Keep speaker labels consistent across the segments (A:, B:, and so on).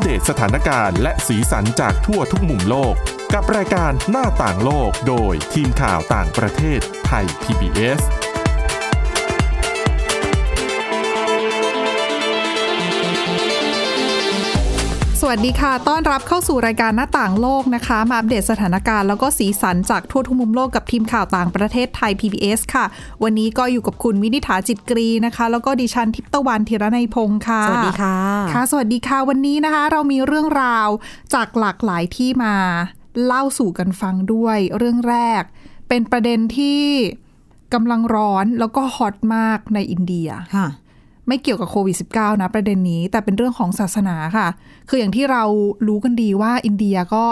A: เดตสถานการณ์และสีสันจากทั่วทุกมุมโลก กับรายการหน้าต่างโลกโดยทีมข่าวต่างประเทศไทย PBS
B: สวัสดีค่ะ ต้อนรับเข้าสู่รายการหน้าต่างโลกนะคะ มาอัปเดตสถานการณ์แล้วก็สีสันจากทั่วทุกมุมโลกกับทีมข่าวต่างประเทศไทย PBS ค่ะ วันนี้ก็อยู่กับคุณวินิษฐาจิตกรีนะคะ แล้วก็ดิฉันทิพย์ตะวันธีรนัยพงค์ค่ะ
C: สวัสดีค่ะ
B: ค่ะ สวัสดีค่ะ วันนี้นะคะ เรามีเรื่องราวจากหลากหลายที่มาเล่าสู่กันฟังด้วย เรื่องแรก เป็นประเด็นที่กำลังร้อนแล้วก็ฮอตมากในอินเดีย
C: ค่ะ
B: ไม่เกี่ยวกับโควิด -19 นะประเด็นนี้ แต่เป็นเรื่องของศาสนาค่ะ คืออย่างที่เรารู้กันดีว่าอินเดียก็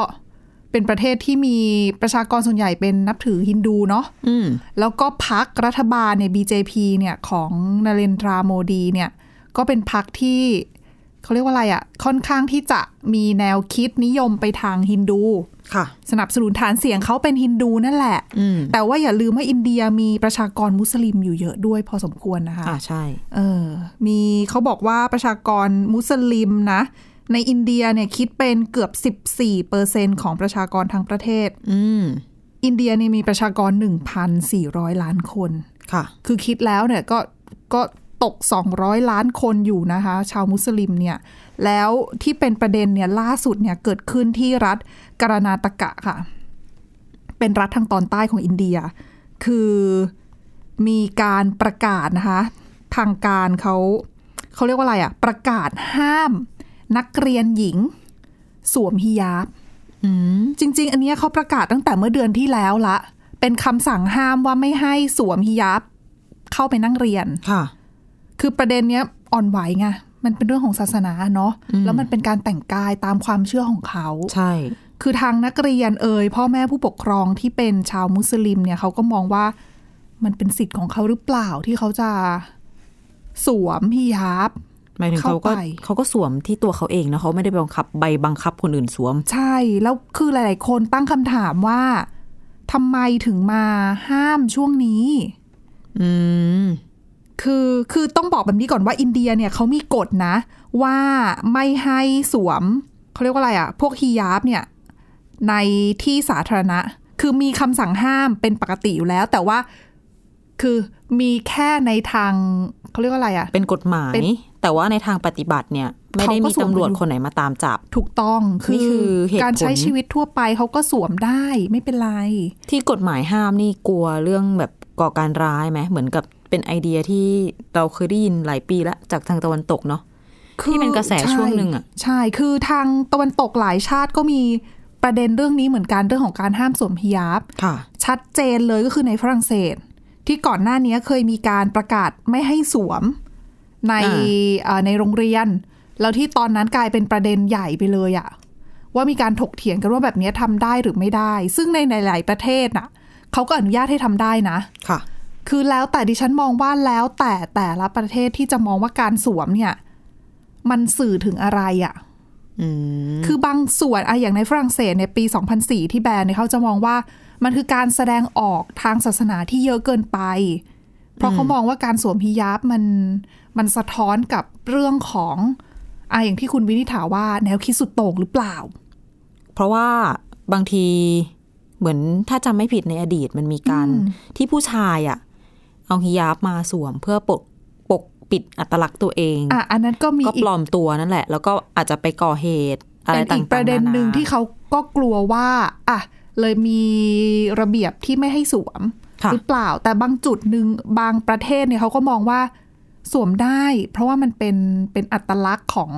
B: เป็นประเทศที่มีประชากรส่วนใหญ่เป็นนับถือฮินดูเนาะ
C: อืม
B: แล้วก็พักรัฐบาลเนี่ย BJP เนี่ยของนเรนทราโมดีเนี่ย ก็เป็นพักที่เขาเรียกว่าอะไรอะ่ะ ค่อนข้างที่จะมีแนวคิดนิยมไปทางฮินดู
C: ค่ะ
B: สนับสนุนฐานเสียงเขาเป็นฮินดูนั่นแหละ
C: อืม
B: แต่ว่าอย่าลืมว่าอินเดียมีประชากรมุสลิมอยู่เยอะด้วยพอสมควรนะคะ
C: อ่า ใช่
B: เออมีเขาบอกว่าประชากรมุสลิมนะ ในอินเดียเนี่ยคิดเป็นเกือบ 14เปอร์เซ็นของประชากรทั้งประเทศ
C: อืม
B: อินเดียเนี่ยมีประชากร 1,400 ล้านคน
C: ค่ะ
B: คือคิดแล้วเนี่ยก็ก็ตก 200 ล้านคนอยู่นะคะ ชาวมุสลิมเนี่ย แล้วที่เป็นประเด็นเนี่ยล่าสุดเนี่ยเกิดขึ้นที่รัฐกรณาตกะค่ะ เป็นรัฐทางตอนใต้ของอินเดีย คือมีการประกาศนะคะ ทางการเขาเขาเรียกว่าอะไรอะประกาศห้ามนักเรียนหญิง สวมฮิญาบ
C: อืม
B: จริง ๆ อันเนี้ยเขาประกาศตั้งแต่เมื่อเดือนที่แล้วละ เป็นคำสั่งห้ามว่าไม่ให้สวมฮิญาบเข้าไปนั่งเรียน
C: ค่ะ
B: คือประเด็นเนี้ยอ่อนไหวไง มันเป็นเรื่องของศาสนาเนาะ
C: อืม
B: แล้วมันเป็นการแต่งกายตามความเชื่อของเขา
C: ใช่
B: คือทางนักเรียนเอ่ยพ่อแม่ผู้ปกครองที่เป็นชาวมุสลิมเนี่ยเขาก็มองว่ามันเป็นสิทธิ์ของเขาหรือเปล่าที่เขาจะสวมฮิญาบ
C: หมายถึงเขาก็
B: เข้าไป
C: เขาก็สวมที่ตัวเขาเองนะเขาไม่ได้ไปบังคับใบบังคับคนอื่นสวม
B: ใช่ แล้วคือหลาย ๆ คนตั้งคำถามว่าทำไมถึงมาห้ามช่วงนี้
C: อืม
B: คือ คือต้องบอกแบบนี้ก่อนว่าอินเดียเนี่ยเขามีกฎนะ ว่าไม่ให้สวมเขาเรียกว่าอะไรอะพวกฮิญาบเนี่ยในที่สาธารณะ คือมีคำสั่งห้ามเป็นปกติอยู่แล้ว แต่ว่าคือมีแค่ในทางเขาเรียกว่าอะไรอะ
C: เป็นกฎหมาย
B: เป็น
C: แต่ว่าในทางปฏิบัติเนี่ย ไม่ได้
B: เขาก็
C: มี
B: สวม
C: ตำรวจ
B: อยู่
C: คนไหนมาตามจับ
B: ถูกต้องคื
C: นี่
B: อ
C: คือเหตุผล
B: การใช้ชีวิตทั่วไปเขาก็สวมได้ไม่เป็นไร
C: ที่กฎหมายห้ามนี่กลัวเรื่องแบบก่อการร้ายไหมเหมือนกับเป็นไอเดียที่เราเคยได้ยินหลายปีแล้วจากทางตะวันตกเนาะ ที่เป็นกระแสช่วงหนึ่งอะ
B: ใช่ใช่ คือทางตะวันตกหลายชาติก็มีประเด็นเรื่องนี้เหมือนกันเรื่องของการห้ามสวมฮิญาบ
C: ค่ะ
B: ชัดเจนเลยก็คือในฝรั่งเศส ที่ก่อนหน้านี้เคยมีการประกาศไม่ให้สวมใน
C: อ่า
B: เอ่อในโรงเรียน แล้วที่ตอนนั้นกลายเป็นประเด็นใหญ่ไปเลยอะว่ามีการถกเถียงกันว่าแบบนี้ทำได้หรือไม่ได้ ซึ่งในหลายๆประเทศน่ะเขาก็อนุญาตให้ทำได้นะ
C: ค่ะ
B: คือแล้วแต่ดิฉันมองว่าแล้วแต่แต่ละประเทศที่จะมองว่าการสวมเนี่ยมันสื่อถึงอะไรอะ
C: อืม
B: คือบางส่วนอะอย่างในฝรั่งเศสเนี่ยปี 2004 ที่แบนเนี่ยเขาจะมองว่ามันคือการแสดงออกทางศาสนาที่เยอะเกินไป เพราะเขามองว่าการสวมฮิญาบมันมันสะท้อนกับเรื่องของอะอย่างที่คุณวินิษฐาว่าแนวคิดสุดโต่งหรือเปล่า
C: เพราะว่าบางทีเหมือนถ้าจำไม่ผิดในอดีตมันมีการ
B: อืม
C: ที่ผู้ชายอะเอาฮิญาบมาสวมเพื่อปกปกปิดอัตลักษณ์ตัวเอง
B: อ่ะอันนั้นก็มี
C: ก็
B: อี
C: ป
B: ก
C: ลอมตัวนั่นแหละ แล้วก็อาจจะไปก่อเหตุอะไร
B: เป็น
C: ต่างๆ
B: อีกประเด็นหนึ่งที่เขาก็กลัวว่าอ่ะเลยมีระเบียบที่ไม่ให้สวม
C: ค่ะ
B: หรือเปล่าแต่บางจุดหนึ่งบางประเทศเนี่ยเขาก็มองว่าสวมได้ เพราะว่ามันเป็นเป็นอัตลักษณ์ของ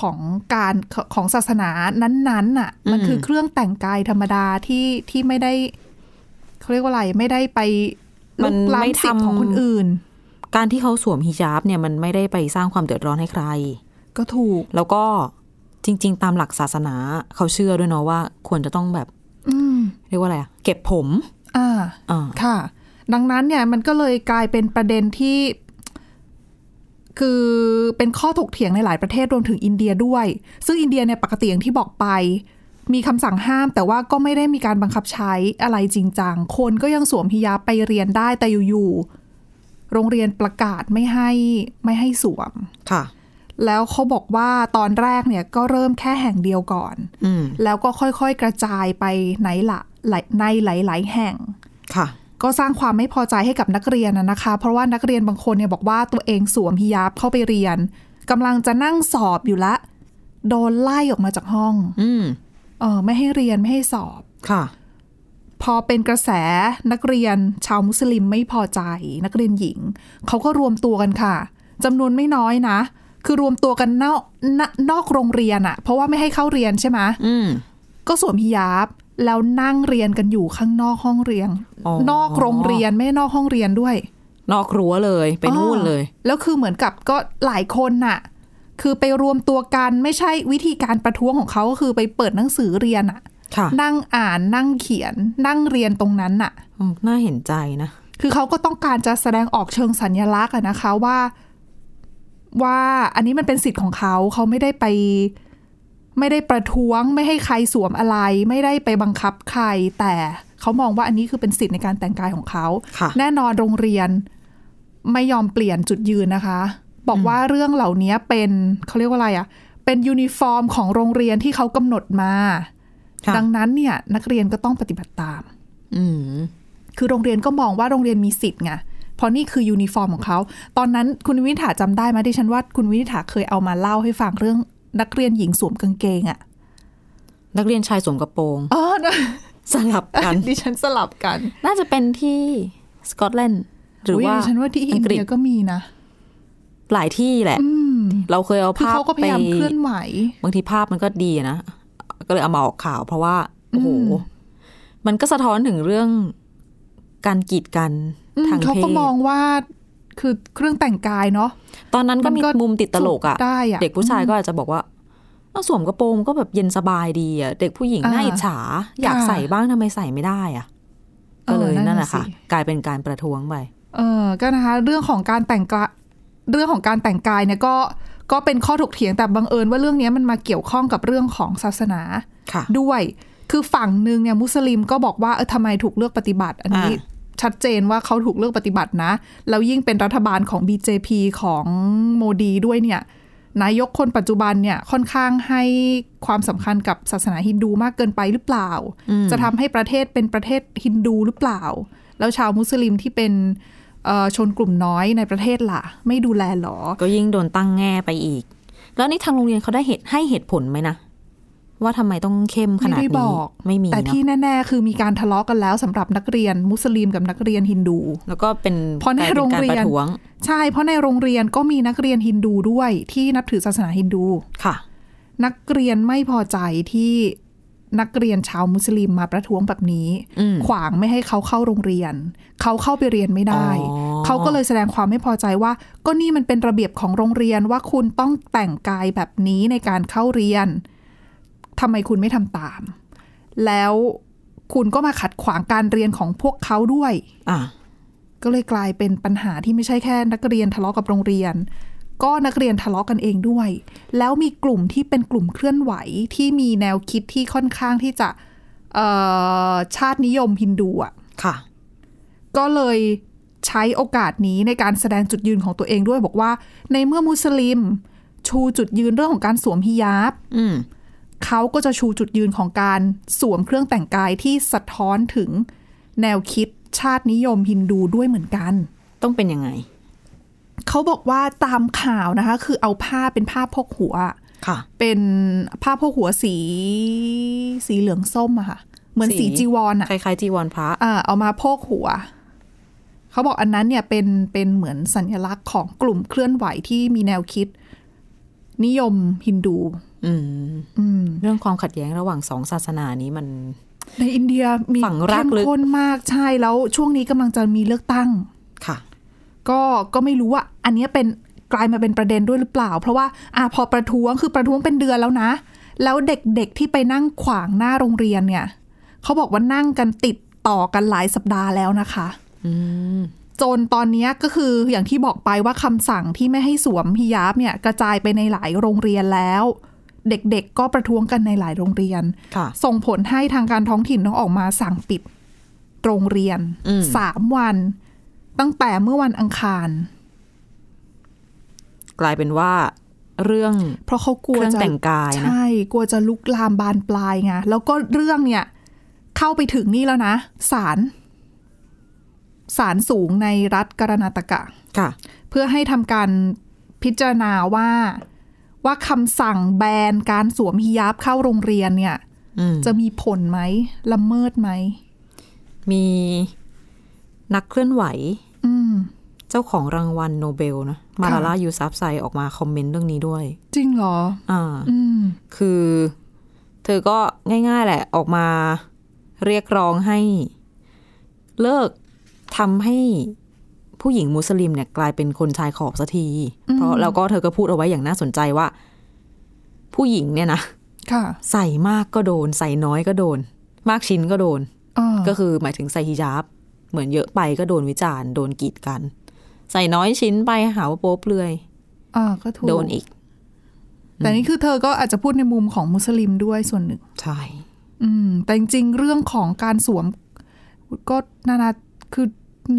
B: ของการของศาสนานั้นๆน่ะ มันคือเครื่องแต่งกายธรรมดาที่ที่ไม่ได้เขาเรียกว่าอะไรไม่ได้ไปลุกล้ำสิทธิ์ของคนอื่น
C: การที่เขาสวมฮิญาบเนี่ยมันไม่ได้ไปสร้างความเดือดร้อนให้ใคร
B: ก็ถูก
C: แล้วก็จริง ๆ ตามหลักศาสนาเขาเชื่อด้วยเนาะว่า ควรจะต้องแบบ
B: อืม
C: เรียกว่าอะไรอะเก็บผม
B: อ่า
C: อ่า
B: ค่ะ ดังนั้นเนี่ยมันก็เลยกลายเป็นประเด็นที่ คือเป็นข้อถกเถียงในหลายประเทศรวมถึงอินเดียด้วย ซึ่งอินเดียเนี่ยปกติอย่างที่บอกไป มีคำสั่งห้าม แต่ว่าก็ไม่ได้มีการบังคับใช้อะไรจริงจังคนก็ยังสวมฮิญาบไปเรียนได้แต่อยู่ๆโรงเรียนประกาศไม่ให้ไม่ให้สวม
C: ค่ะ
B: แล้วเขาบอกว่าตอนแรกเนี่ยก็เริ่มแค่แห่งเดียวก่อน
C: อืม
B: แล้วก็ค่อยๆกระจายไปในละหลายในหลายๆแห่ง
C: ค่ะ
B: ก็สร้างความไม่พอใจให้กับนักเรียนนะนะคะ เพราะว่านักเรียนบางคนเนี่ยบอกว่าตัวเองสวมฮิญาบเข้าไปเรียนกำลังจะนั่งสอบอยู่ละ โดนไล่ออกมาจากห้อง
C: อืม
B: เออไม่ให้เรียนไม่ให้สอบ
C: ค่ะ
B: พอเป็นกระแสนักเรียนชาวมุสลิมไม่พอใจ นักเรียนหญิง เขาก็รวมตัวกันค่ะจำนวนไม่น้อยนะ คือรวมตัวกันนอกนนอกโรงเรียนอะเพราะว่าไม่ให้เข้าเรียนใช่ไหม
C: อืม
B: ก็สวมฮิญาบแล้วนั่งเรียนกันอยู่ข้างนอกห้องเรียน
C: อ๋อ
B: นอกโรงเรียนไม่ได้นอกห้องเรียนด้วย
C: นอกรั้วเลยไปนู่นเลย
B: อ๋อแล้วคือเหมือนกับก็หลายคนน่ะ คือไปรวมตัวกันไม่ใช่วิธีการประท้วงของเขาก็คือไปเปิดหนังสือเรียนอะ
C: ค่ะ
B: นั่งอ่านนั่งเขียน นั่งเรียนตรงนั้นน่ะ
C: อืมน่าเห็นใจนะ
B: คือเขาก็ต้องการจะแสดงออกเชิงสัญลักษณ์อะนะคะว่า ว่าอันนี้มันเป็นสิทธิ์ของเขาเขาไม่ได้ไป ไม่ได้ประท้วง ไม่ให้ใครสวมอะไร ไม่ได้ไปบังคับใคร แต่เขามองว่าอันนี้คือเป็นสิทธิ์ในการแต่งกายของเขา
C: ค่ะ
B: แน่นอนโรงเรียนไม่ยอมเปลี่ยนจุดยืนนะคะ บอกว่าเรื่องเหล่านี้เป็นเขาเรียกว่าอะไรอะ่ะ เป็นยูนิฟอร์มของโรงเรียนที่เขากำหนดมา
C: ค่ะ
B: ดังนั้นเนี่ยนักเรียนก็ต้องปฏิบัติตาม
C: อืม
B: คือโรงเรียนก็มองว่าโรงเรียนมีสิทธิ์ไงเพราะนี่คือยูนิฟอร์มของเขา ตอนนั้นคุณวินิษฐาจำได้ไหมดิฉันว่าคุณวินิษฐาเคยเอามาเล่าให้ฟังเรื่องนักเรียนหญิงสวมกางเกงอะ่ะ
C: นักเรียนชายสวมกระโปรง
B: เออนะ
C: สลับกัน
B: ดิฉันสลับกัน
C: น่าจะเป็นที่สกอตแลนด์หรือว่า
B: ดิฉันว่าที่อินเดีย
C: อังกฤษ
B: ก็มีนะ
C: หลายที่แหละ
B: อืม
C: เราเคยเอา
B: คือ
C: ภาพ
B: เขาก็พ
C: ไป
B: ยายามเคลื่อนไหว
C: บางทีภาพมันก็ดีนะ ก็เลยเอามาออกข่าวเพราะว่า โอ้โห
B: อืม
C: มันก็สะท้อนถึงเรื่องการกีดกัน
B: อืม
C: ทาง
B: เขา
C: เพ
B: ก็
C: ศ
B: มองว่าคือเครื่องแต่งกายเนาะ
C: ตอนนั้นก็มี
B: มันก็
C: มุมติดตลกอะ
B: ได้อะ
C: เด็กผู้ชายก็อาจจะบอกว่าเอ้าสวมกระโปรงก็แบบเย็นสบายดีอะเด็กผู้หญิง
B: อ่า
C: น่าอิจฉา อยาก
B: ค่ะ
C: ใส่บ้างทำไมใส่ไม่ได้อะ
B: เออ
C: ก็เลย
B: นั่นน่ะ
C: นั่นแหละค่ะ
B: สิ
C: กลายเป็นการประท้วงไป
B: เออก็นะคะเรื่องของการแต่งกะเรื่องของการแต่งกายเนี่ยก็ก็เป็นข้อถกเถียงแต่บังเอิญว่าเรื่องเนี้ยมันมาเกี่ยวข้องกับเรื่องของศาสนา
C: ค่ะ
B: ด้วย คือฝั่งหนึ่งเนี่ยมุสลิมก็บอกว่าเออทำไมถูกเลือกปฏิบัติ อันนี้
C: อ่
B: ชัดเจนว่าเขาถูกเลือกปฏิบัตินะ แล้วยิ่งเป็นรัฐบาลของ BJP ของโมดีด้วยเนี่ยนายกคนปัจจุบันเนี่ยค่อนข้างให้ความสำคัญกับศาสนาฮินดูมากเกินไปหรือเปล่า จะทำให้ประเทศเป็นประเทศฮินดูหรือเปล่า แล้วชาวมุสลิมที่เป็นเอ่อชนกลุ่มน้อยในประเทศล่ะ ไม่ดูแลหรอ
C: ก็ยิ่งโดนตั้งแง่ไปอีก แล้วนี่ทางโรงเรียนเขาได้เหตุให้เหตุผลไหมนะ ว่าทำไมต้องเข้มข
B: ไม่
C: นาด
B: ได้
C: นี้
B: บอก
C: ไม่มี
B: แต่
C: เนาะ
B: ที่แน่ ๆ คือมีการทะเลาะกันแล้วสำหรับนักเรียนมุสลิมกับนักเรียนฮินดู
C: แล้วก็เป็น
B: เพราะใน
C: กลยป็
B: โรง
C: กา
B: เรียน
C: ประท้วง
B: ใช่ เพราะในโรงเรียนก็มีนักเรียนฮินดูด้วยที่นับถือศาสนาฮินดู
C: ค่ะ
B: นักเรียนไม่พอใจที่นักเรียนชาวมุสลิมมาประท้วงแบบนี้
C: อืม
B: ขวางไม่ให้เขาเข้าโรงเรียน เขาเข้าไปเรียนไม่ได้
C: อ๋อ
B: เขาก็เลยแสดงความไม่พอใจว่า ก็นี่มันเป็นระเบียบของโรงเรียนว่าคุณต้องแต่งกายแบบนี้ในการเข้าเรียนทำไมคุณไม่ทำตาม แล้วคุณก็มาขัดขวางการเรียนของพวกเขาด้วย
C: อ่ะ
B: ก็เลยกลายเป็นปัญหาที่ไม่ใช่แค่นักเรียนทะเลาะกับโรงเรียน ก็นักเรียนทะเลาะกันเองด้วย แล้วมีกลุ่มที่เป็นกลุ่มเคลื่อนไหวที่มีแนวคิดที่ค่อนข้างที่จะเอ่อชาตินิยมฮินดูอ่ะ
C: ค่ะ
B: ก็เลยใช้โอกาสนี้ในการแสดงจุดยืนของตัวเองด้วยบอกว่า ในเมื่อมุสลิม ชูจุดยืนเรื่องของการสวมฮิญาบ
C: อืม
B: เขาก็จะชูจุดยืนของการสวมเครื่องแต่งกายที่สะท้อนถึงแนวคิดชาตินิยมฮินดูด้วยเหมือนกัน
C: ต้องเป็นยังไง
B: เขาบอกว่าตามข่าวนะคะ คือเอาผ้าเป็นผ้าพกหัว
C: ค่ะ
B: เป็นผ้าพกหัวสี สีเหลืองส้มอะค่ะ เหมือน
C: สี
B: สีจีวรอะ
C: คล้ายๆจีวรพระ
B: อ่าเอามาพกหัว เขาบอกอันนั้นเนี่ยเป็นเป็นเหมือนสัญลักษณ์ของกลุ่มเคลื่อนไหวที่มีแนวคิด นิยมฮินดู
C: อืม
B: อืม
C: เรื่องความขัดแย้งระหว่างสองศาสนานี้มัน
B: ในอินเดียมี
C: ฝังรากลึ
B: เข้ม
C: ก
B: ข้นมากใช่แล้วช่วงนี้กำลังจะมีเลือกตั้ง
C: ค่ะ
B: ก็ก็ไม่รู้ว่าอันเนี้ยเป็นกลายมาเป็นประเด็นด้วยหรือเปล่า เพราะว่าอ่ะพอประท้วงคือประท้วงเป็นเดือนแล้วนะ แล้วเด็กๆที่ไปนั่งขวางหน้าโรงเรียนเนี่ยเขาบอกว่านั่งกันติดต่อกันหลายสัปดาห์แล้วนะคะ
C: อืม
B: จนตอนเนี้ยก็คืออย่างที่บอกไปว่าคำสั่งที่ไม่ให้สวมฮิญาบเนี่ยกระจายไปในหลายโรงเรียนแล้ว เด็กๆก็ประท้วงกันในหลายโรงเรียน
C: ค่ะ
B: ส่งผลให้ทางการท้องถิ่นต้องออกมาสั่งปิดโรงเรียน
C: อืม
B: สามวัน ตั้งแต่เมื่อวันอังคาร
C: กลายเป็นว่า เรื่อง
B: เพราะเขากลัว
C: เครื่อง
B: จะ
C: แต่งกายนะ
B: ใช่กลัวจะลุกลามบานปลายไงแล้วก็เรื่องเนี่ย เข้าไปถึงนี่แล้วนะศาลศาลสูงในรัฐกรณาตกะ
C: ค่ะ
B: เพื่อให้ทำการพิจารณาว่าว่าคำสั่งแบนการสวมฮิญาบเข้าโรงเรียนเนี่ย
C: อืม
B: จะมีผลไหมละเมิดไหม
C: มีนักเคลื่อนไหว
B: อืม
C: เจ้าของรางวัลโนเบลนะ มาลา
B: ค่ะ
C: ลายูซับไซออกมาคอมเมนต์เรื่องนี้ด้วย
B: จริงเหรอ
C: อ่า
B: อืม
C: คือ เธอก็ง่าย ๆ แหละออกมาเรียกร้องให้ เลิกทำให้ผู้หญิงมุสลิมเนี่ยกลายเป็นคนชายขอบสักที
B: อืม
C: เพราะแล้วก็เธอก็พูดเอาไว้อย่างน่าสนใจว่า ผู้หญิงเนี่ยนะ
B: ค่ะ
C: ใส่มากก็โดน ใส่น้อยก็โดน มากชิ้นก็โดน
B: อ่า
C: ก็คือหมายถึงใส่ฮิญาบ เหมือนเยอะไปก็โดนวิจารณ์โดนกีดกัน ใส่น้อยชิ้นไปหาว่าโป๊เปลือย
B: อ่าก็ถูก
C: โดนอีก
B: แต่นี่คือเธอก็อาจจะพูดในมุมของมุสลิมด้วยส่วนหนึ่ง
C: ใช่
B: อืม แต่จริงๆเรื่องของการสวม ก็นานาคือ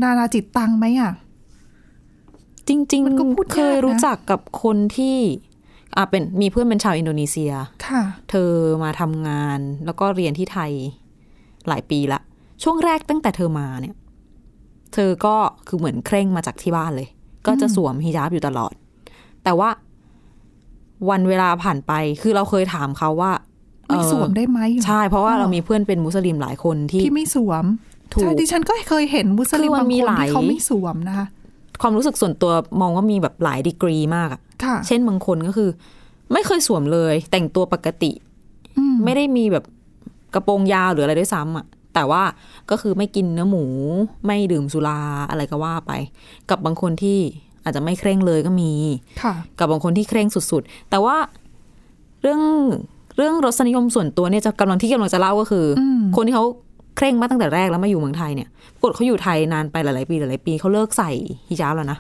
B: นานาจิตตังไหมอ่ะ
C: จริง
B: มันก็พูดยากนะ
C: ๆเคยรู้จักกับคนที่อ่ะเป็นมีเพื่อนเป็นชาวอินโดนีเซีย
B: ค่ะ
C: เธอมาทำงานแล้วก็เรียนที่ไทยหลายปีละ ช่วงแรกตั้งแต่เธอมาเนี่ย เธอก็คือเหมือนเคร่งมาจากที่บ้านเลย ก็จะสวมฮิญาบอยู่ตลอด แต่ว่าวันเวลาผ่านไปคือเราเคยถามเขาว่า
B: ไม่
C: เอ่อ
B: สวมได้ไหม
C: ใช่ เพราะว่าเรามีเพื่อนเป็นมุสลิมหลายคนที่
B: ที่ไม่สวม
C: ถูก
B: ใช่ดิฉันก็เคยเห็นมุสลิม
C: คือมั
B: บาง
C: น
B: คน
C: มีหลาย
B: ที่เขาไม่สวมนะคะ
C: ความรู้สึกส่วนตัวมองว่ามีแบบหลายดีกรีมากอะ
B: ค่ะ
C: เช่นบางคนก็คือ ไม่เคยสวมเลย แต่งตัวปกติ
B: อืม
C: ไม่ได้มีแบบกระโปรงยาวหรืออะไรด้วยซ้ำอะแต่ว่าก็คือไม่กินเนื้อหมู ไม่ดื่มสุราอะไรก็ว่าไป กับบางคนที่อาจจะไม่เคร่งเลยก็มี
B: ค่ะ
C: กับบางคนที่เคร่งสุดๆ แต่ว่าเรื่องเรื่องรสนิยมส่วนตัวเนี่ยจะกำลังที่กำลังจะเล่าก็คืออ
B: ม
C: คนที่เขาเคร่งมาตั้งแต่แรกแล้วมาอยู่เมืองไทยเนี่ยปรากฏเขาอยู่ไทยนานไปหลายๆปีหลายๆปีเขาเลิกใส่ฮิญาบแล้วนะ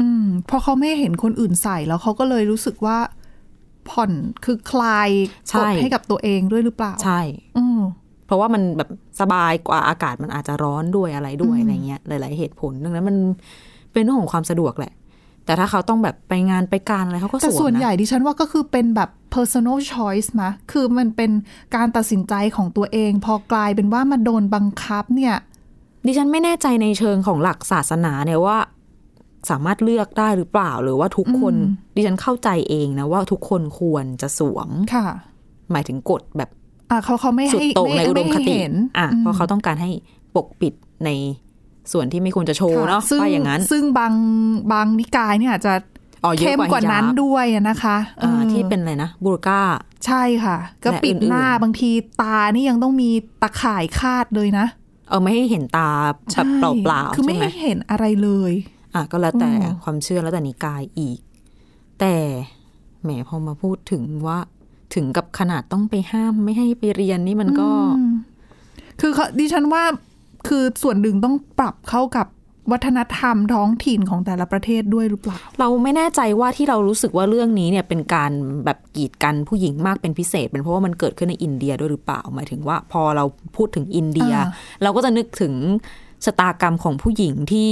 B: อืมเพราะเขาไม่เห็นคนอื่นใส่แล้วเขาก็เลยรู้สึกว่าผ่อนคือคลายกดให้กับตัวเองด้วยหรือเปล่า
C: ใช่
B: อืม
C: เพราะว่ามันแบบสบายกว่าอากาศมันอาจจะร้อนด้วยอะไรด้วย
B: อืม
C: อะไรเงี้ยหลาย ๆ เหตุผลดังนั้นมันเป็นเรื่องของความสะดวกแหละ แต่ถ้าเขาต้องแบบไปงานไปการอะไรเขาก็
B: แต่
C: ส
B: ส่
C: ว
B: ว
C: ม
B: นให
C: นะ
B: ญ่ดิฉันว่าก็คือเป็นแบบ personal choice มะ คือมันเป็นการตัดสินใจของตัวเอง พอกลายเป็นว่ามันโดนบังคับเนี่ย
C: ดิฉันไม่แน่ใจในเชิงของหลักศาสนาเนี่ยว่า สามารถเลือกได้หรือเปล่าหรือว่าทุกคน
B: อืม
C: ดิฉันเข้าใจเองนะว่าทุกคนควรจะสวม
B: ค่ะ
C: หมายถึงกฎแบบ
B: อ่ะเขาเขาไม่
C: สุด
B: ให้
C: โต่งในอุดมค
B: ไให้
C: ติ
B: เห็น
C: อ่ะ
B: อืม
C: เพราะเขาต้องการให้ปกปิดในส่วนที่ไม่ควรจะโชว์
B: ค่
C: เนาะ
B: ซึ่ง
C: ว่าอย่างนั้น
B: ซึ่งบางบางนิกายเนี่ยอาจจะ
C: อ๋อเย
B: เข้
C: อะ
B: ม
C: กว่าก
B: ว่านั้น
C: ฮิญบ
B: ด้วยอะนะคะ
C: อ่า
B: เออ
C: ที่เป็นอะไรนะบูรกา
B: ใช่ค่ะ ก็
C: และ
B: ปิด
C: อื่นๆ
B: หน้าบางทีตานี่ยังต้องมีตะข่ายคาดเลยนะ
C: เออไม่ให้เห็นตาแบบเ
B: ใช่
C: ปล่าๆ
B: คือ
C: ใช่
B: ไม่
C: ไหม
B: ให้เห็นอะไรเลย
C: อ่ะก็แล้วแต่
B: อืม
C: ความเชื่อแล้วแต่นิกายอีก แต่แหมพอมาพูดถึงว่าถึงกับขนาดต้องไปห้ามไม่ให้ไปเรียนนี่มันก็
B: อืมคือเขาดิฉันว่าคือส่วนหนึ่งต้องปรับเข้ากับวัฒนธรรมท้องถิ่นของแต่ละประเทศด้วยหรือเปล่า
C: เราไม่แน่ใจว่าที่เรารู้สึกว่าเรื่องนี้เนี่ยเป็นการแบบกีดกันผู้หญิงมากเป็นพิเศษ เป็นเพราะว่ามันเกิดขึ้นในอินเดียด้วยหรือเปล่า หมายถึงว่าพอเราพูดถึงอินเดีย
B: อ่า
C: เราก็จะนึกถึงชะตากรรมของผู้หญิงที่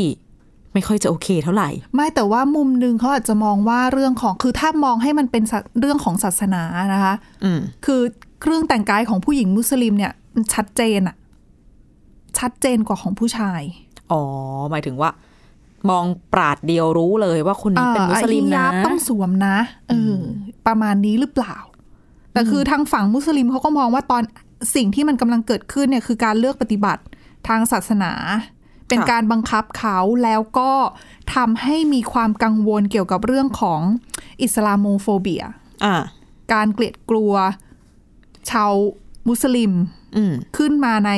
C: ไม่ค่อยจะโอเคเท่าไหร่
B: ไม่แต่ว่ามุมหนึ่งเขาอาจจะมองว่าเรื่องของคือถ้ามองให้มันเป็นศาเรื่องของศาสนานะคะ
C: อืม
B: คือเครื่องแต่งกายของผู้หญิงมุสลิมเนี่ยมันชัดเจนอะชัดเจนกว่าของผู้ชาย
C: อ๋อ หมายถึงว่า มองปราดเดียวรู้เลยว่าคนนี้เป็นมุสลิม
B: อ่า
C: นะ
B: อิยาบต้องสวมนะเอออประมาณนี้หรือเปล่า แต่คือทางฝั่งมุสลิมเขาก็มองว่าตอนสิ่งที่มันกำลังเกิดขึ้นเนี่ยคือการเลือกปฏิบัติทางศาสนา เป็นการบังคับเขาแล้วก็ทำให้มีความกังวลเกี่ยวกับเรื่องของอิสลามโมโฟเบีย
C: อ่า
B: การเกลียดกลัวชาวมุสลิม
C: อืม
B: ขึ้นมาใน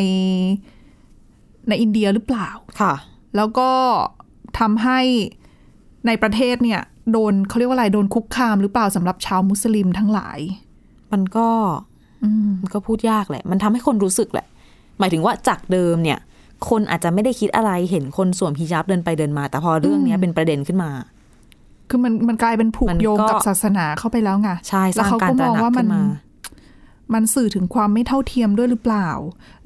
B: ในอินเดียหรือเปล่า
C: ค่ะ
B: แล้วก็ทำให้ในประเทศเนี่ย โดนเขาเรียกว่าอะไร โดนคุกคามหรือเปล่าสำหรับชาวมุสลิมทั้งหลาย
C: มันก็
B: อืม
C: มันก็พูดยากแหละ มันทำให้คนรู้สึกแหละ หมายถึงว่าจากเดิมเนี่ย คนอาจจะไม่ได้คิดอะไรเห็นคนสวมฮิญาบเดินไปเดินมา แต่พอเรื่องเนี้ยเป็นประเด็นขึ้นมา
B: คือมันมันกลายเป็นผู
C: มั
B: ก
C: นก็
B: โยงกับศาสนาเข้าไปแล้วไง
C: ใช่ส
B: แล้ว
C: ร้าง
B: เขา
C: การ
B: ก็
C: ตระ
B: ม
C: ห
B: อง
C: นัก
B: ว่ามั
C: ขึ้
B: น
C: นมา
B: มันสื่อถึงความไม่เท่าเทียมด้วยหรือเปล่า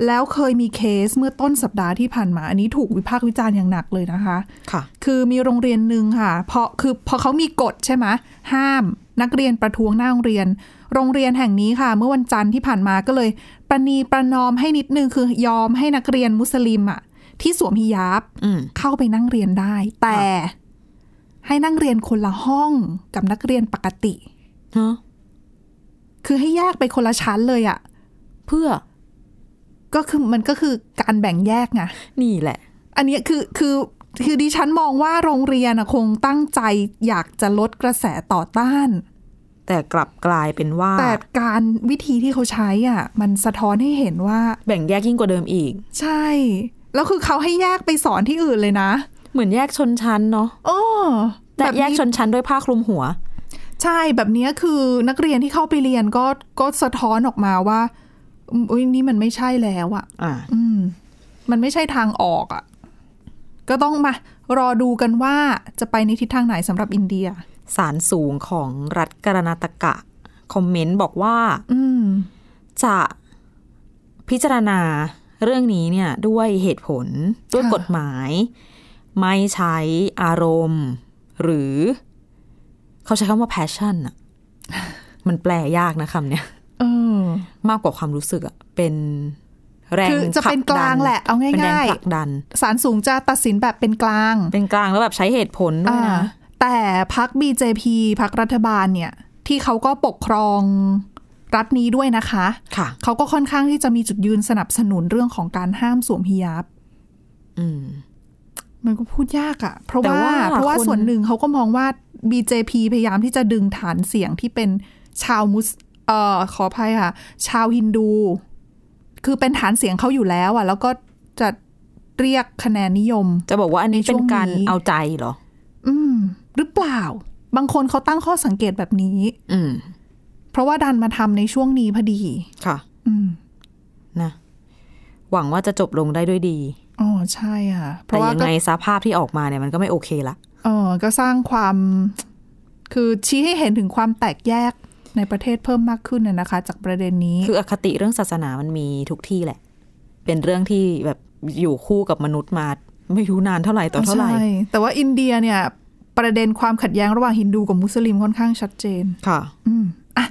B: แล้วเคยมีเคสเมื่อต้นสัปดาห์ที่ผ่านมา อันนี้ถูกวิพากษ์วิจารณ์อย่างหนักเลยนะคะ
C: ค่ะ
B: คือมีโรงเรียนหนึ่งค่ะ เพราะคือพอเขามีกฎใช่ไหมห้ามนักเรียนประท้วงหน้าโรงเรียน โรงเรียนแห่งนี้ค่ะ เมื่อวันจันทร์ที่ผ่านมาก็เลย ประนีประนอมให้นิดนึงคือยอมให้นักเรียนมุสลิมอะที่สวมฮิญาบ
C: อืม
B: เข้าไปนั่งเรียนได้ แต่ให้นั่งเรียนคนละห้องกับนักเรียนปกติ
C: ฮะ
B: คือให้แยกไปคนละชั้นเลยอะ
C: เพื่อ
B: ก็คือมันก็คือการแบ่งแยกไง
C: นี่แหละ
B: อันเนี้ยคือคือคือดิฉันมองว่าโรงเรียนอะคงตั้งใจอยากจะลดกระแสต่อต้าน
C: แต่กลับกลายเป็นว่า
B: แต่การวิธีที่เขาใช้อ่ะมันสะท้อนให้เห็นว่า
C: แบ่งแยกยิ่งกว่าเดิมอีก
B: ใช่ แล้วคือเขาให้แยกไปสอนที่อื่นเลยนะ
C: เหมือนแยกชนชั้นเนาะ
B: โอ้
C: แต่
B: บบ
C: แยกชนชั้นด้วยผ้าคลุมหัว
B: ใช่แบบเนี้ยคือนักเรียนที่เข้าไปเรียนก็ก็สะท้อนออกมาว่าอุ้ยนี่มันไม่ใช่แล้วอ่ะ
C: อ่า
B: อืมมันไม่ใช่ทางออกอะ่ะ ก็ต้องมา รอดูกันว่าจะไปในทิศทางไหนสำหรับอินเดีย
C: สารสูงของรัฐกรณาตกะ คอมเมนต์บอกว่า
B: อืม
C: จะพิจารณาเรื่องนี้เนี่ยด้วยเหตุผลด้วย
B: ค่ะ
C: กฎหมาย ไม่ใช้อารมณ์ หรือ เขาใช้คำว่า passion อะ มันแปลยากนะคำเนี้ย
B: เออ
C: มากกว่าความรู้สึกอะเป็นแรง
B: คือจะเป็น
C: ผดั
B: กลางแหละเอาง่ายๆ
C: เป็นแรงผลักดัน
B: ศาลสูงจะตัดสินแบบเป็นกลาง
C: เป็นกลางแล้วแบบใช้เหตุผลด้วย
B: อ่า
C: นะ
B: แต่พัก BJP พักรัฐบาลเนี่ย ที่เขาก็ปกครองรัฐนี้ด้วยนะคะ
C: ค่ะ
B: เขาก็ค่อนข้างที่จะมีจุดยืนสนับสนุนเรื่องของการห้ามสวมฮิญาบ
C: อืม
B: มันก็พูดยากอะเพราะ
C: แต่
B: ว่า
C: ว่า
B: เพราะว่า
C: คน
B: ส่วนหนึ่งเขาก็มองว่า BJP พยายามที่จะดึงฐานเสียงที่เป็นชาวมุสเอ่อขออภัยค่ะ ชาวฮินดู คือเป็นฐานเสียงเขาอยู่แล้วอะแล้วก็จะเรียกคะแนนนิยม
C: จะบอกว่าอันนี้
B: ในช่
C: เป็
B: วน ง
C: การ
B: นี้
C: เอาใจเหรอ
B: อืม หรือเปล่า บางคนเขาตั้งข้อสังเกตแบบนี้
C: อืม
B: เพราะว่าดันมาทำในช่วงนี้พอดี
C: ค่ะ
B: อืม
C: นะ หวังว่าจะจบลงได้ด้วยดี
B: อ๋อใช่ค่ะ เพ
C: แต่
B: ราะว่า
C: ยัง
B: ก็
C: ไงสภาพที่ออกมาเนี่ยมันก็ไม่โอเคละ
B: เออก็สร้างความ คือชี้ให้เห็นถึงความแตกแยกในประเทศเพิ่มมากขึ้นน่ะนะคะ จากประเด็นนี้
C: คืออคติเรื่องศาสนามันมีทุกที่แหละ เป็นเรื่องที่แบบอยู่คู่กับมนุษย์มา ไม่รู้นานเท่าไหร่ต่อเท่าไหร่
B: ใช่แต่ว่าอินเดียเนี่ย ประเด็นความขัดแย้งระหว่างฮินดูกับมุสลิมค่อนข้างชัดเจน
C: ค่ะ
B: อืมอ่ะ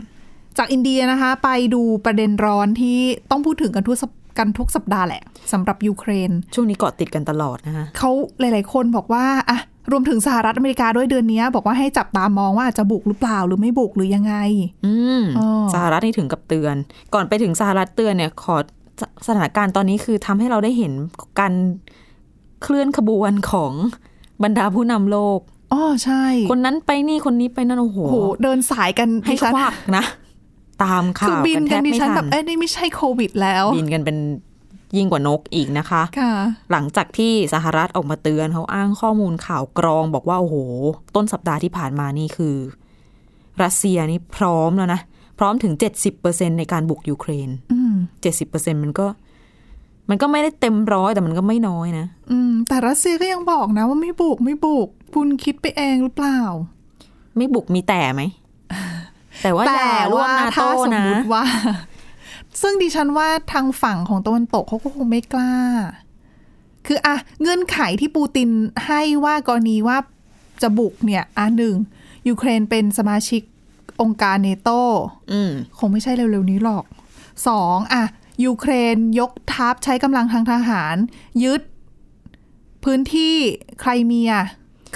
B: จากอินเดียนะคะ ไปดูประเด็นร้อนที่ต้องพูดถึงกันทุกสัปกันทุกสัปดาห์แหละสำหรับยูเครน
C: ช่วงนี้เกาะติดกันตลอดนะคะ
B: เขาหลาย ๆ คนบอกว่าอ่ะรวมถึงสหรัฐอเมริกาด้วยเดือนเนี้ย บอกว่าให้จับตามองว่าจะบุกหรือเปล่าหรือไม่บุกหรือยังไง
C: อืม
B: อ๋อ
C: สหรัฐนี่ถึงกับเตือน ก่อนไปถึงสหรัฐเตือนเนี่ย ขอสสถานการณ์ตอนนี้คือทำให้เราได้เห็นการเคลื่อนขบวนของบรรดาผู้นำโลก
B: อ๋อใช่
C: คนนั้นไปนี่คนนี้ไปนั่นโอ้โห
B: โอ้โหเดินสายกัน
C: ให้
B: ดิ
C: ค
B: ฉัน
C: วักนะ ตามข่าว
B: คือบิน
C: แท
B: กับ นดิ
C: ไม่
B: ฉัน
C: ทั
B: แบบเอ้ยนี่ไม่ใช่โควิดแล้ว
C: บินกันเป็นยิ่งกว่านกอีกนะคะ
B: ค่ะ
C: หลังจากที่สหรัฐออกมาเตือนเขาอ้างข้อมูลข่าวกรองบอกว่า โอ้โห ต้นสัปดาห์ที่ผ่านมานี่คือ รัสเซียนี่พร้อมแล้วนะ พร้อมถึง 70%ในการบุกยูเครน
B: อืม
C: 70%มันก็ มันก็ไม่ได้เต็มร้อยแต่มันก็ไม่น้อยนะ
B: อืมแต่รัสเซียก็ยังบอกนะว่าไม่บุกไม่บุกคุณคิดไปเองหรือเปล่า
C: ไม่บุกมีแต่ไหม แต่ว่าอย่า
B: แต่
C: ร่วม
B: ว่า
C: นา
B: ถ้า
C: โต้
B: สม
C: นะ
B: มติว่า ซึ่งดิฉันว่าทางฝั่งของตะวันตกเขาก็คงไม่กล้า คืออะเงื่อนไขที่ปูตินให้ว่ากรณีว่าจะบุกเนี่ยอันหนึ่งยูเครนเป็นสมาชิกองค์การเนโต
C: อืม
B: คงไม่ใช่เร็วๆนี้หรอกสองอะยูเครนยกทัพใช้กำลังทางทหาร ยึด พื้นที่ไครเมีย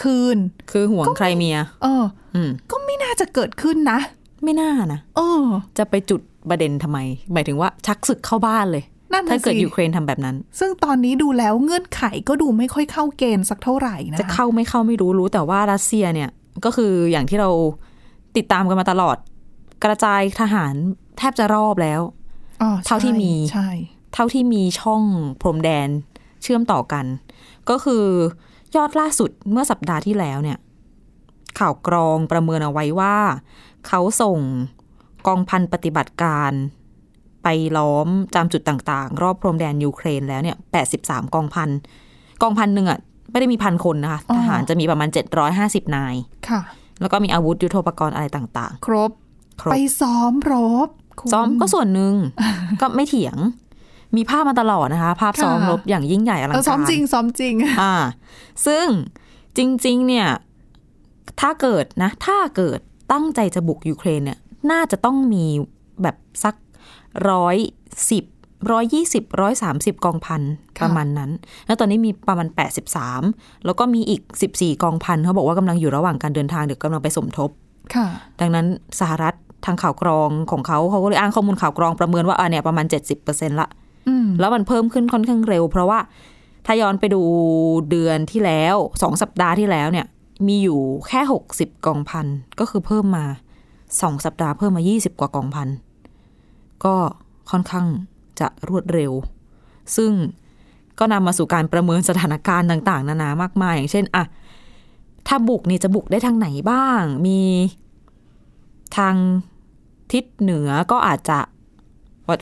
B: คืน
C: คือห่วงใครเมีย
B: เออ
C: อืม
B: ก็ไม่น่าจะเกิดขึ้นนะ
C: ไม่น่านะ
B: เออ
C: จะไปจุดประเด็นทำไม หมายถึงว่าชักศึกเข้าบ้านเลย
B: นั่นน่ะ
C: ถ้าเกิด
B: สิ
C: ยูเครนทำแบบนั้น
B: ซึ่งตอนนี้ดูแล้วเงื่อนไขก็ดูไม่ค่อยเข้าเกณฑ์สักเท่าไหร่นะ
C: จะเข้าไม่เข้าไม่รู้รู้แต่ว่ารัสเซียเนี่ย ก็คืออย่างที่เราติดตามกันมาตลอด กระจายทหารแทบจะรอบแล้ว
B: อ๋อใช่
C: เท่าที่มี
B: ใช่
C: เท่าที่มีช่องพรมแดนเชื่อมต่อกัน ก็คือยอดล่าสุดเมื่อสัปดาห์ที่แล้วเนี่ย ข่าวกรองประเมินเอาไว้ว่า เขาส่งกองพันปฏิบัติการ ไปล้อมตามจุดต่างๆ รอบพรมแดนยูเครนแล้วเนี่ย 83 กองพัน กองพันหนึ่งอ่ะไม่ได้มีพันคนนะคะ
B: อ๋อ
C: ทหารจะมีประมาณ 750 นาย
B: ค่ะ
C: แล้วก็มีอาวุธยุโทโธปกรณ์อะไรต่าง
B: ครบ
C: ๆ ครบ
B: ไปซ้อมรบ คุณ
C: ซ้อมก็ส่วนห นึ่ง ก็ไม่เถียง มีภาพมาตลอดนะคะ ภาพซ้อม
B: ค่ะ
C: รบอย่างยิ่งใหญ่อลัง
B: เอ
C: การ
B: อซ้อมจริงซ้อมจริง
C: อ่า ซึ่งจริง ๆ เนี่ย ถ้าเกิดนะ ถ้าเกิดตั้งใจจะบุกยูเครนเนี่ย น่าจะต้องมีแบบสักร้อยสิบร้อยยี่สิบร้อยสามสิบกองพัน
B: ค่ะ
C: ประมาณนั้น แล้วตอนนี้มีประมาณแปดสิบสามแล้วก็มีอีกสิบสี่กองพันเขาบอกว่ากำลังอยู่ระหว่างการเดินทางเดี๋ยวกำลังไปสมทบ
B: ค่ะ
C: ดังนั้นสหรัฐทางข่าวกรองของเขาเขาก็เลยอ้างข้อมูลข่าวกรองประเมินว่าอ่าเนี่ยประมาณ 70%ละ
B: อืม
C: แล้วมันเพิ่มขึ้นค่อนข้างเร็ว เพราะว่าถ้าย้อนไปดูเดือนที่แล้วสองสัปดาห์ที่แล้วเนี่ย มีอยู่แค่ 60 กองพัน ก็คือเพิ่มมาสองสัปดาห์เพิ่มมา 20 กว่ากองพัน ก็ค่อนข้างจะรวดเร็ว ซึ่งก็นำมาสู่การประเมินสถานการณ์ต่าง ๆ นานามากมาย อย่างเช่นอะถ้าบุกเนี่ยจะบุกได้ทางไหนบ้าง มีทางทิศเหนือก็อาจจะ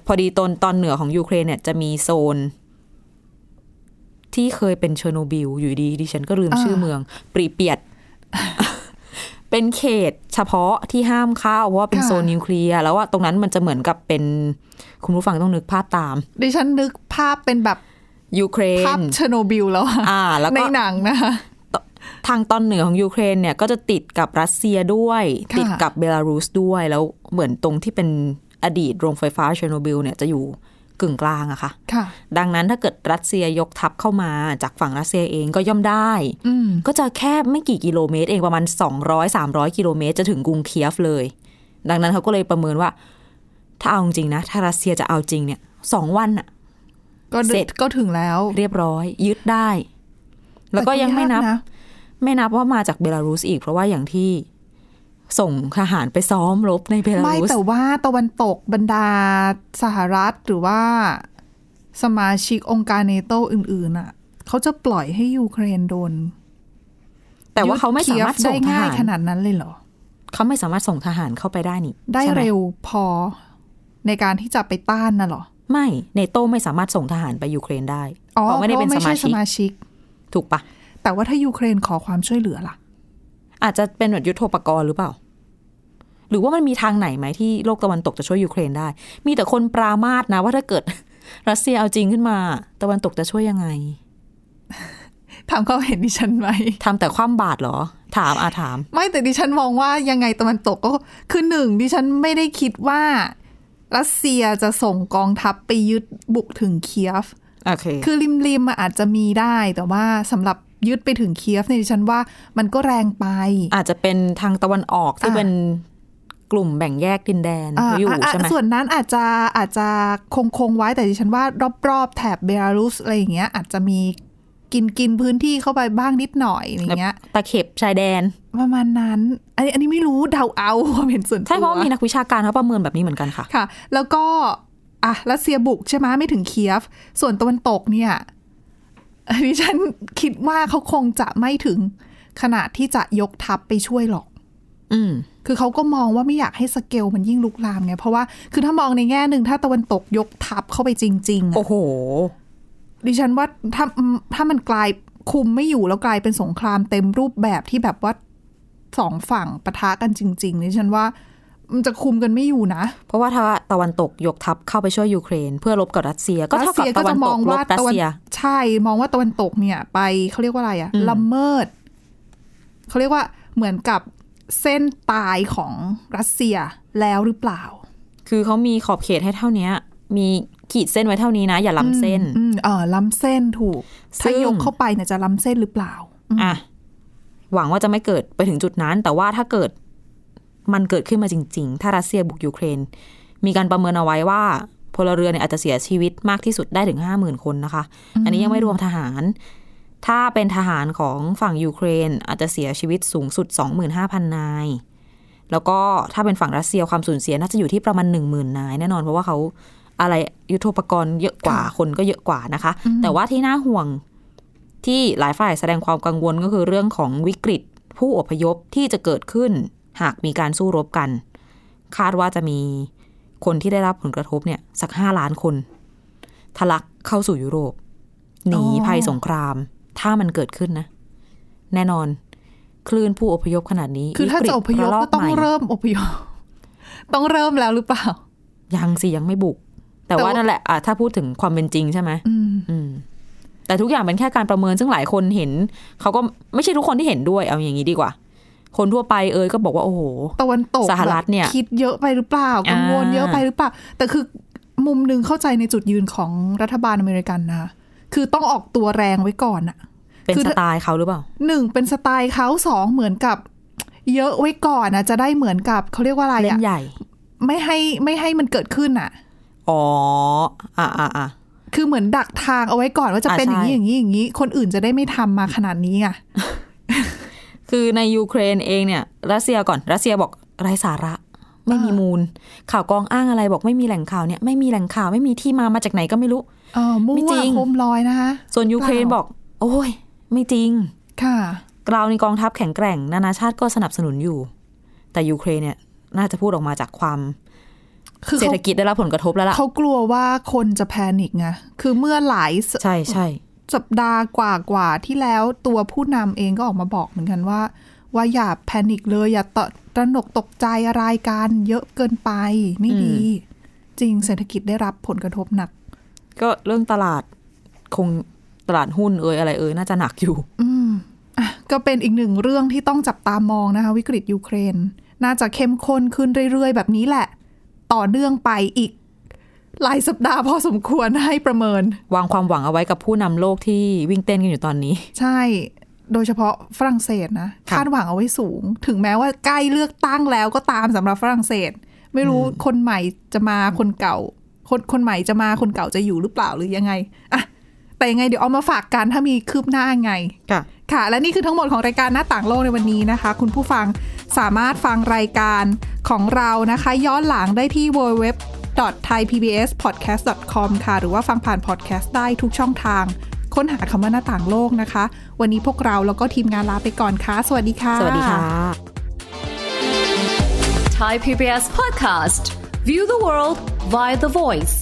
C: พอดีตอนตอนเหนือของยูเครนเนี่ยจะมีโซน ที่เคยเป็นเชอร์โนบิลอยู่ดีดิฉันก็ลืมชื่อเมือง ปรีเปียต เป็นเขตเฉพาะที่ห้ามเข้าเพราะว่าเป็นโซนนิวเคลียร์แล้วว่าตรงนั้นมันจะเหมือนกับเป็นคุณผู้ฟังต้องนึกภาพตาม
B: ดิฉันนึกภาพเป็นแบบ
C: ยูเคร
B: ภาพ
C: น
B: เชอร์โนบิลแล้วอะ
C: อ่า แล้ว
B: ใน
C: ก็
B: หนังนะคะ
C: ทางตอนเหนือของยูเครนเนี่ยก็จะติดกับรัสเซียด้วย
B: ค่ะ
C: ติดกับเบลารุสด้วยแล้วเหมือนตรงที่เป็นอดีตโรงไฟฟ้าเชอร์โนบิลเนี่ยจะอยู่กึ่งกลางอะค่ะ
B: ค่ะ
C: ดังนั้นถ้าเกิดรัสเซียยกทัพเข้ามาจากฝั่งรัสเซียเองก็ย่อมได้
B: อืม
C: ก็จะแค่ไม่กี่กิโลเมตรเองประมาณ 200-300 กิโลเมตรจะถึงกรุงเคียฟเลย ดังนั้นเขาก็เลยประเมินว่า ถ้าเอาจริงๆนะ ถ้ารัสเซียจะเอาจริงเนี่ยสองวันอะ
B: ก็ดึ
C: เสร็จ
B: กก็ถึงแล้ว
C: เรียบร้อย ยึดได้ แล้วก็ยังไม่นับ
B: แต่ากะ
C: ไม่นับว่ามาจากเบลารุสอีก เพราะว่าอย่างที่ส่งทหารไปซ้อมรบในเบลา
B: ไม่
C: รุส
B: แต่ว่าตะวันตกบรรดาสหรัฐหรือว่า สมาชิกองค์การเนโตอื่น ๆ อ่ะ เขาจะปล่อยให้ยูเครนโดน
C: แต่ว่าเขาไม่สามารถ
B: ยึด
C: ส่ง
B: เคียฟ
C: ท
B: ได้ง่าย
C: หาร
B: ขนาดนั้นเลยเหรอ
C: เขาไม่สามารถส่งทหารเข้าไปได้นี่
B: ได้
C: ใช่หม
B: เร็วพอในการที่จะไปต้านน่ะเหรอ
C: ไม่เนโตไม่สามารถส่งทหารไปยูเครนได้
B: อ๋อ
C: เพราะไม่ได้เป็น
B: พ
C: ส
B: ระ
C: มา
B: ไใช่
C: ชิก
B: สมาชิก
C: ถูกปะ
B: แต่ว่าถ้ายูเครนขอความช่วยเหลือล่ะ
C: อาจจะเป็นแบบยุทโธปกรณ์หรือเปล่า หรือว่ามันมีทางไหนไหมที่โลกตะวันตกจะช่วยยูเครนได้ มีแต่คนปรามาสนะว่าถ้าเกิด รัสเซียเอาจริงขึ้นมา ตะวันตกจะช่วยยังไง
B: ถามเขาเห็นดิฉันไหม
C: ทำแต่ความบาตรเหรอ ถามอาถาม
B: ไม่แต่ดิฉันมองว่ายังไงตะวันตกก็คือหนึ่งดิฉันไม่ได้คิดว่ารัสเซียจะส่งกองทัพไปยึดบุกถึงเคียฟ
C: โอเค
B: คือริมริมๆอะอาจจะมีได้ แต่ว่าสำหรับยึดไปถึงเคียฟเนี่ยดิฉันว่ามันก็แรงไป
C: อาจจะเป็นทางตะวันออกที่
B: อ่า
C: เป็นกลุ่มแบ่งแยกดินแดน
B: อ่า
C: อยู่
B: อ่า
C: ใช่ไหม
B: ส่วนนั้นอาจจะอาจจะคงคงไว้แต่ดิฉันว่ารอบๆแถบเบลารุสอะไรอย่างเงี้ย อาจจะมีกินกินพื้นที่เข้าไปบ้างนิดหน่อยอะไรเงี้ย
C: ตะเข็บชายแดน
B: ประมาณนั้น อันนี้อันนี้ไม่รู้เดาเอาความเห็นส่วนตัว
C: ใช่เพราะว่ามีนักวิชาการเขาประเมินแบบนี้เหมือนกันค่ะ
B: ค่ะ แล้วก็อ่ะรัสเซียบุกใช่ไหมไม่ถึงเคียฟ ส่วนตะวันตกเนี่ยดิฉันคิดว่าเขาคงจะไม่ถึงขนาดที่จะยกทัพไปช่วยหรอก
C: อืม
B: คือเขาก็มองว่าไม่อยากให้สเกลมันยิ่งลุกลามไง เพราะว่าคือถ้ามองในแง่หนึ่งถ้าตะวันตกยกทัพเข้าไปจริงๆอะ
C: โอ้โห
B: ดิฉันว่าถ้าถ้ามันกลายคุมไม่อยู่แล้วกลายเป็นสงครามเต็มรูปแบบที่แบบว่าสองฝั่งปะทะกันจริงๆดิฉันว่ามันจะคุมกันไม่อยู่นะ
C: เพราะว่าถ้าตะวันตกยกทัพเข้าไปช่วยยูเครน เพื่อรบกับรัสเซีย ก็เท่ากับตะวันตกรบรัสเซีย
B: ใช่มองว่าตะวันตกเนี่ย ไปเขาเรียกว่าอะไรอะ
C: อืม
B: ละเมิดเขาเรียกว่าเหมือนกับเส้นตายของรัสเซียแล้วหรือเปล่า
C: คือเขามีขอบเขตให้เท่านี้มีขีดเส้นไว้เท่านี้นะ อย่าล้ำเส้น
B: อืมอืมเออล้ำเส้นถูก
C: ซึ่
B: ถ้าง ยกเข้าไปเนี่ยจะล้ำเส้นหรือเปล่าอืม
C: อ่ะหวังว่าจะไม่เกิดไปถึงจุดนั้น แต่ว่าถ้าเกิดมันเกิดขึ้นมาจริง ๆ ถ้ารัสเซียบุกยูเครน มีการประเมินเอาไว้ว่าพลเรือนเนี่ยอาจจะเสียชีวิตมากที่สุดได้ถึงห้าหมื่นคนนะคะ อันนี้ยังไม่รวมทหาร ถ้าเป็นทหารของฝั่งยูเครน อาจจะเสียชีวิตสูงสุด 25,000 นาย แล้วก็ถ้าเป็นฝั่งรัสเซียความสูญเสียน่าจะอยู่ที่ประมาณ 10,000 นายแน่นอนเพราะว่าเขาอะไรยุทโธปกรณ์เยอะกว่าคนก็เยอะกว่านะคะ แต่ว่าที่น่าห่วงที่หลายฝ่ายแสดงความกังวลก็คือเรื่องของวิกฤต ผู้อพยพที่จะเกิดขึ้น หากมีการสู้รบกัน คาดว่าจะมีคนที่ได้รับผลกระทบเนี่ยสักห้าล้านคนทะลักเข้าสู่ยุโรป หนีภัยสงคราม ถ้ามันเกิดขึ้นนะ แน่นอน คลื่นผู้อพยพขนาดนี้
B: คือถ้าจะอพยพ
C: วิฤ
B: ก็ต้อง
C: ระลกใหม่
B: เริ่มอพยพ ต้องเริ่มแล้วหรือเปล่า
C: ยังสิยังไม่บุก แต่ว่า
B: แต่ว่า
C: นั่นแหละอ่ะถ้าพูดถึงความเป็นจริงใช่ไหม
B: อืม
C: อืม แต่ทุกอย่างเป็นแค่การประเมินซึ่งหลายคนเห็น เขาก็ไม่ใช่ทุกคนที่เห็นด้วย เอาอย่างนี้ดีกว่า คนทั่วไปเอยก็บอกว่าโอ้โห
B: ตะวันตก
C: สหรัฐเนี่ย
B: แบบคิดเยอะไปหรือเปล่า กังวล
C: อ่า
B: เยอะไปหรือเปล่า แต่คือมุมหนึ่งเข้าใจในจุดยืนของรัฐบาลอเมริกันนะ คือต้องออกตัวแรงไว้ก่อนอะ
C: เป็น
B: คือ
C: สไตล์เขาหรือเปล่า
B: หนึ่งเป็นสไตล์เขาสองเหมือนกับ เยอะไว้ก่อนอะจะได้เหมือนกับเขาเรียกว่าอะไร
C: เล่
B: อะ
C: นใหญ่
B: ไม่ให้ไม่ให้มันเกิดขึ้นอะ
C: อ๋อ อ่ะอ่ะอ่ะ
B: คือเหมือนดักทางเอาไว้ก่อนว่าจะ
C: อ่า
B: เป็นอย่างนี้
C: ใช่
B: อย่างนี้อย่างนี้ คนอื่นจะได้ไม่ทำมาขนาดนี้ไง
C: คือในยูเครนเองเนี่ย รัสเซียก่อน รัสเซียบอกไร้สาระ ไม่มีมูล ข่าวกองอ้างอะไรบอกไม่มีแหล่งข่าวเนี่ย ไม่มีแหล่งข่าวไม่มีที่มามาจากไหนก็ไม่รู้
B: เออมั่
C: ไม่จริ
B: ว
C: ง
B: โคมลอยนะคะ
C: ส่วนยูเครน
B: เปล่า
C: บอก โอ้ย ไม่จริง
B: ค่ะ
C: กล่าวในกองทัพแข็งแกร่ง นานาชาติก็สนับสนุนอยู่ แต่ยูเครนเนี่ย น่าจะพูดออกมาจากความ
B: คือ
C: เศรษ
B: เขา
C: ฐกิจได้รับผลกระทบแล้วล่ะ
B: เขากลัวว่าคนจะแพนิคไงคือเมื่อหลาย
C: ใช่ใช่
B: สัปดาห์กว่ากว่าๆที่แล้วตัวผู้นำเองก็ออกมาบอกเหมือนกันว่า ว่าอย่าแพนิคเลย อย่าตะตระหนกตกใจรายการเยอะเกินไป ไม่ดี จริงเศรษฐกิจได้รับผลกระทบหนัก
C: ก็เรื่องตลาดคงตลาดหุ้นเอยอะไรเอยน่าจะหนักอยู่
B: อืมอ่ะก็เป็นอีกหนึ่งเรื่องที่ต้องจับตามองนะคะ วิกฤตยูเครน น่าจะเข้มข้นขึ้นเรื่อยๆ แบบนี้แหละ ต่อเนื่องไปอีก หลายสัปดาห์พอสมควรให้ประเมิน
C: วางความหวังเอาไว้กับผู้นำโลกที่วิ่งเต้นกันอยู่ตอนนี้
B: ใช่ โดยเฉพาะฝรั่งเศสนะ
C: ค่ะ
B: คาดหวังเอาไว้สูง ถึงแม้ว่าใกล้เลือกตั้งแล้วก็ตามสำหรับฝรั่งเศส ไม่รู้คนใหม่จะมาคนเก่า คนคนใหม่จะมาคนเก่าจะอยู่หรือเปล่าหรือยังไงอะแต่ยังไงเดี๋ยวเอามาฝากกันถ้ามีคืบหน้ายังไง
C: ค่ะ
B: ค่ะ และนี่คือทั้งหมดของรายการหน้าต่างโลกในวันนี้นะคะ คุณผู้ฟังสามารถฟังรายการของเรานะคะ ย้อนหลังได้ที่ www thaipbspodcast.com ค่ะ หรือว่าฟังผ่านพอดแคสต์ได้ทุกช่องทาง ค้นหาคำว่าหน้าต่างโลกนะคะ วันนี้พวกเราแล้วก็ทีมงานลาไปก่อนค่ะ สวัสดีค่ะ
C: สวัสดีค่ะ
D: Thai PBS podcast. View the world via the voice.